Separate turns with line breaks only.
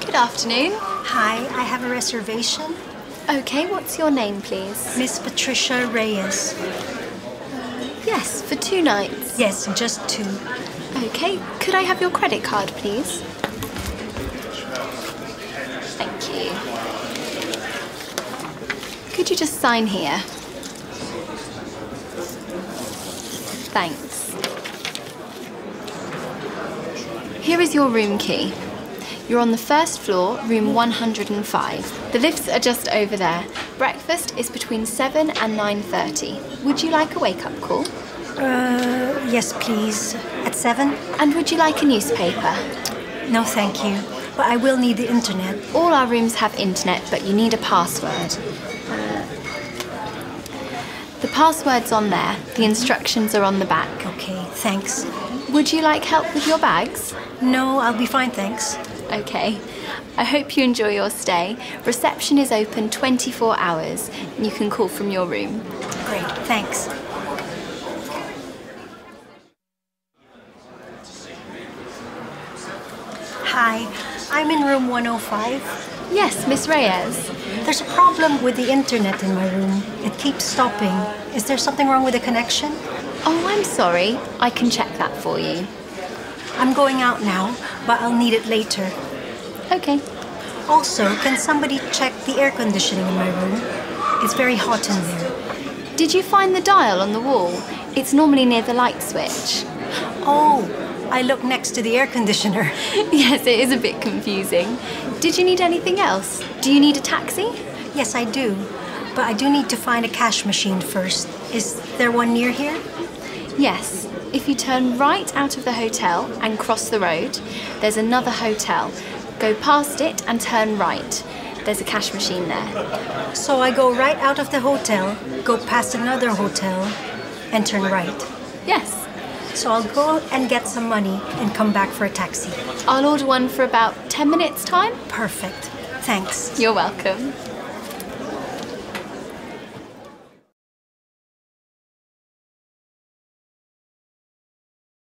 Good afternoon.
Hi, I have a reservation.
Okay, what's your name, please?
Miss Patricia Reyes.
Yes, for two nights.
Yes, just two.
Okay, could I have your credit card, please? Thank you. Could you just sign here? Thanks. Here is your room key. You're on the first floor, room 105. The lifts are just over there. Breakfast is between 7 and 9:30. Would you like a wake-up call?
Uh, yes, please. At seven?
And would you like a newspaper?
No, thank you. But I will need the internet.
All our rooms have internet, but you need a password. The password's on there. The instructions are on the back.
Okay, thanks.
Would you like help with your bags?
No, I'll be fine, thanks.
Okay. I hope you enjoy your stay. Reception is open 24 hours. You can call from your room.
Great, thanks. Hi, I'm in room 105.
Yes, Miss Reyes.
There's a problem with the internet in my room. It keeps stopping. Is there something wrong with the connection?
Oh, I'm sorry. I can check that for you.
I'm going out now, but I'll need it later.
Okay.
Also, can somebody check the air conditioning in my room? It's very hot in there.
Did you find the dial on the wall? It's normally near the light switch.
Oh, I look next to the air conditioner.
yes, it is a bit confusing. Did you need anything else? Do you need a taxi?
Yes, I do. But I do need to find a cash machine first. Is there one near here?
Yes. If you turn right out of the hotel and cross the road, there's another hotel. Go past it and turn right. There's a cash machine there.
So I go right out of the hotel, go past another hotel, and turn right.
Yes.
So I'll go and get some money and come back for a taxi.
I'll order one for about 10 minutes' time.
Perfect. Thanks.
You're welcome.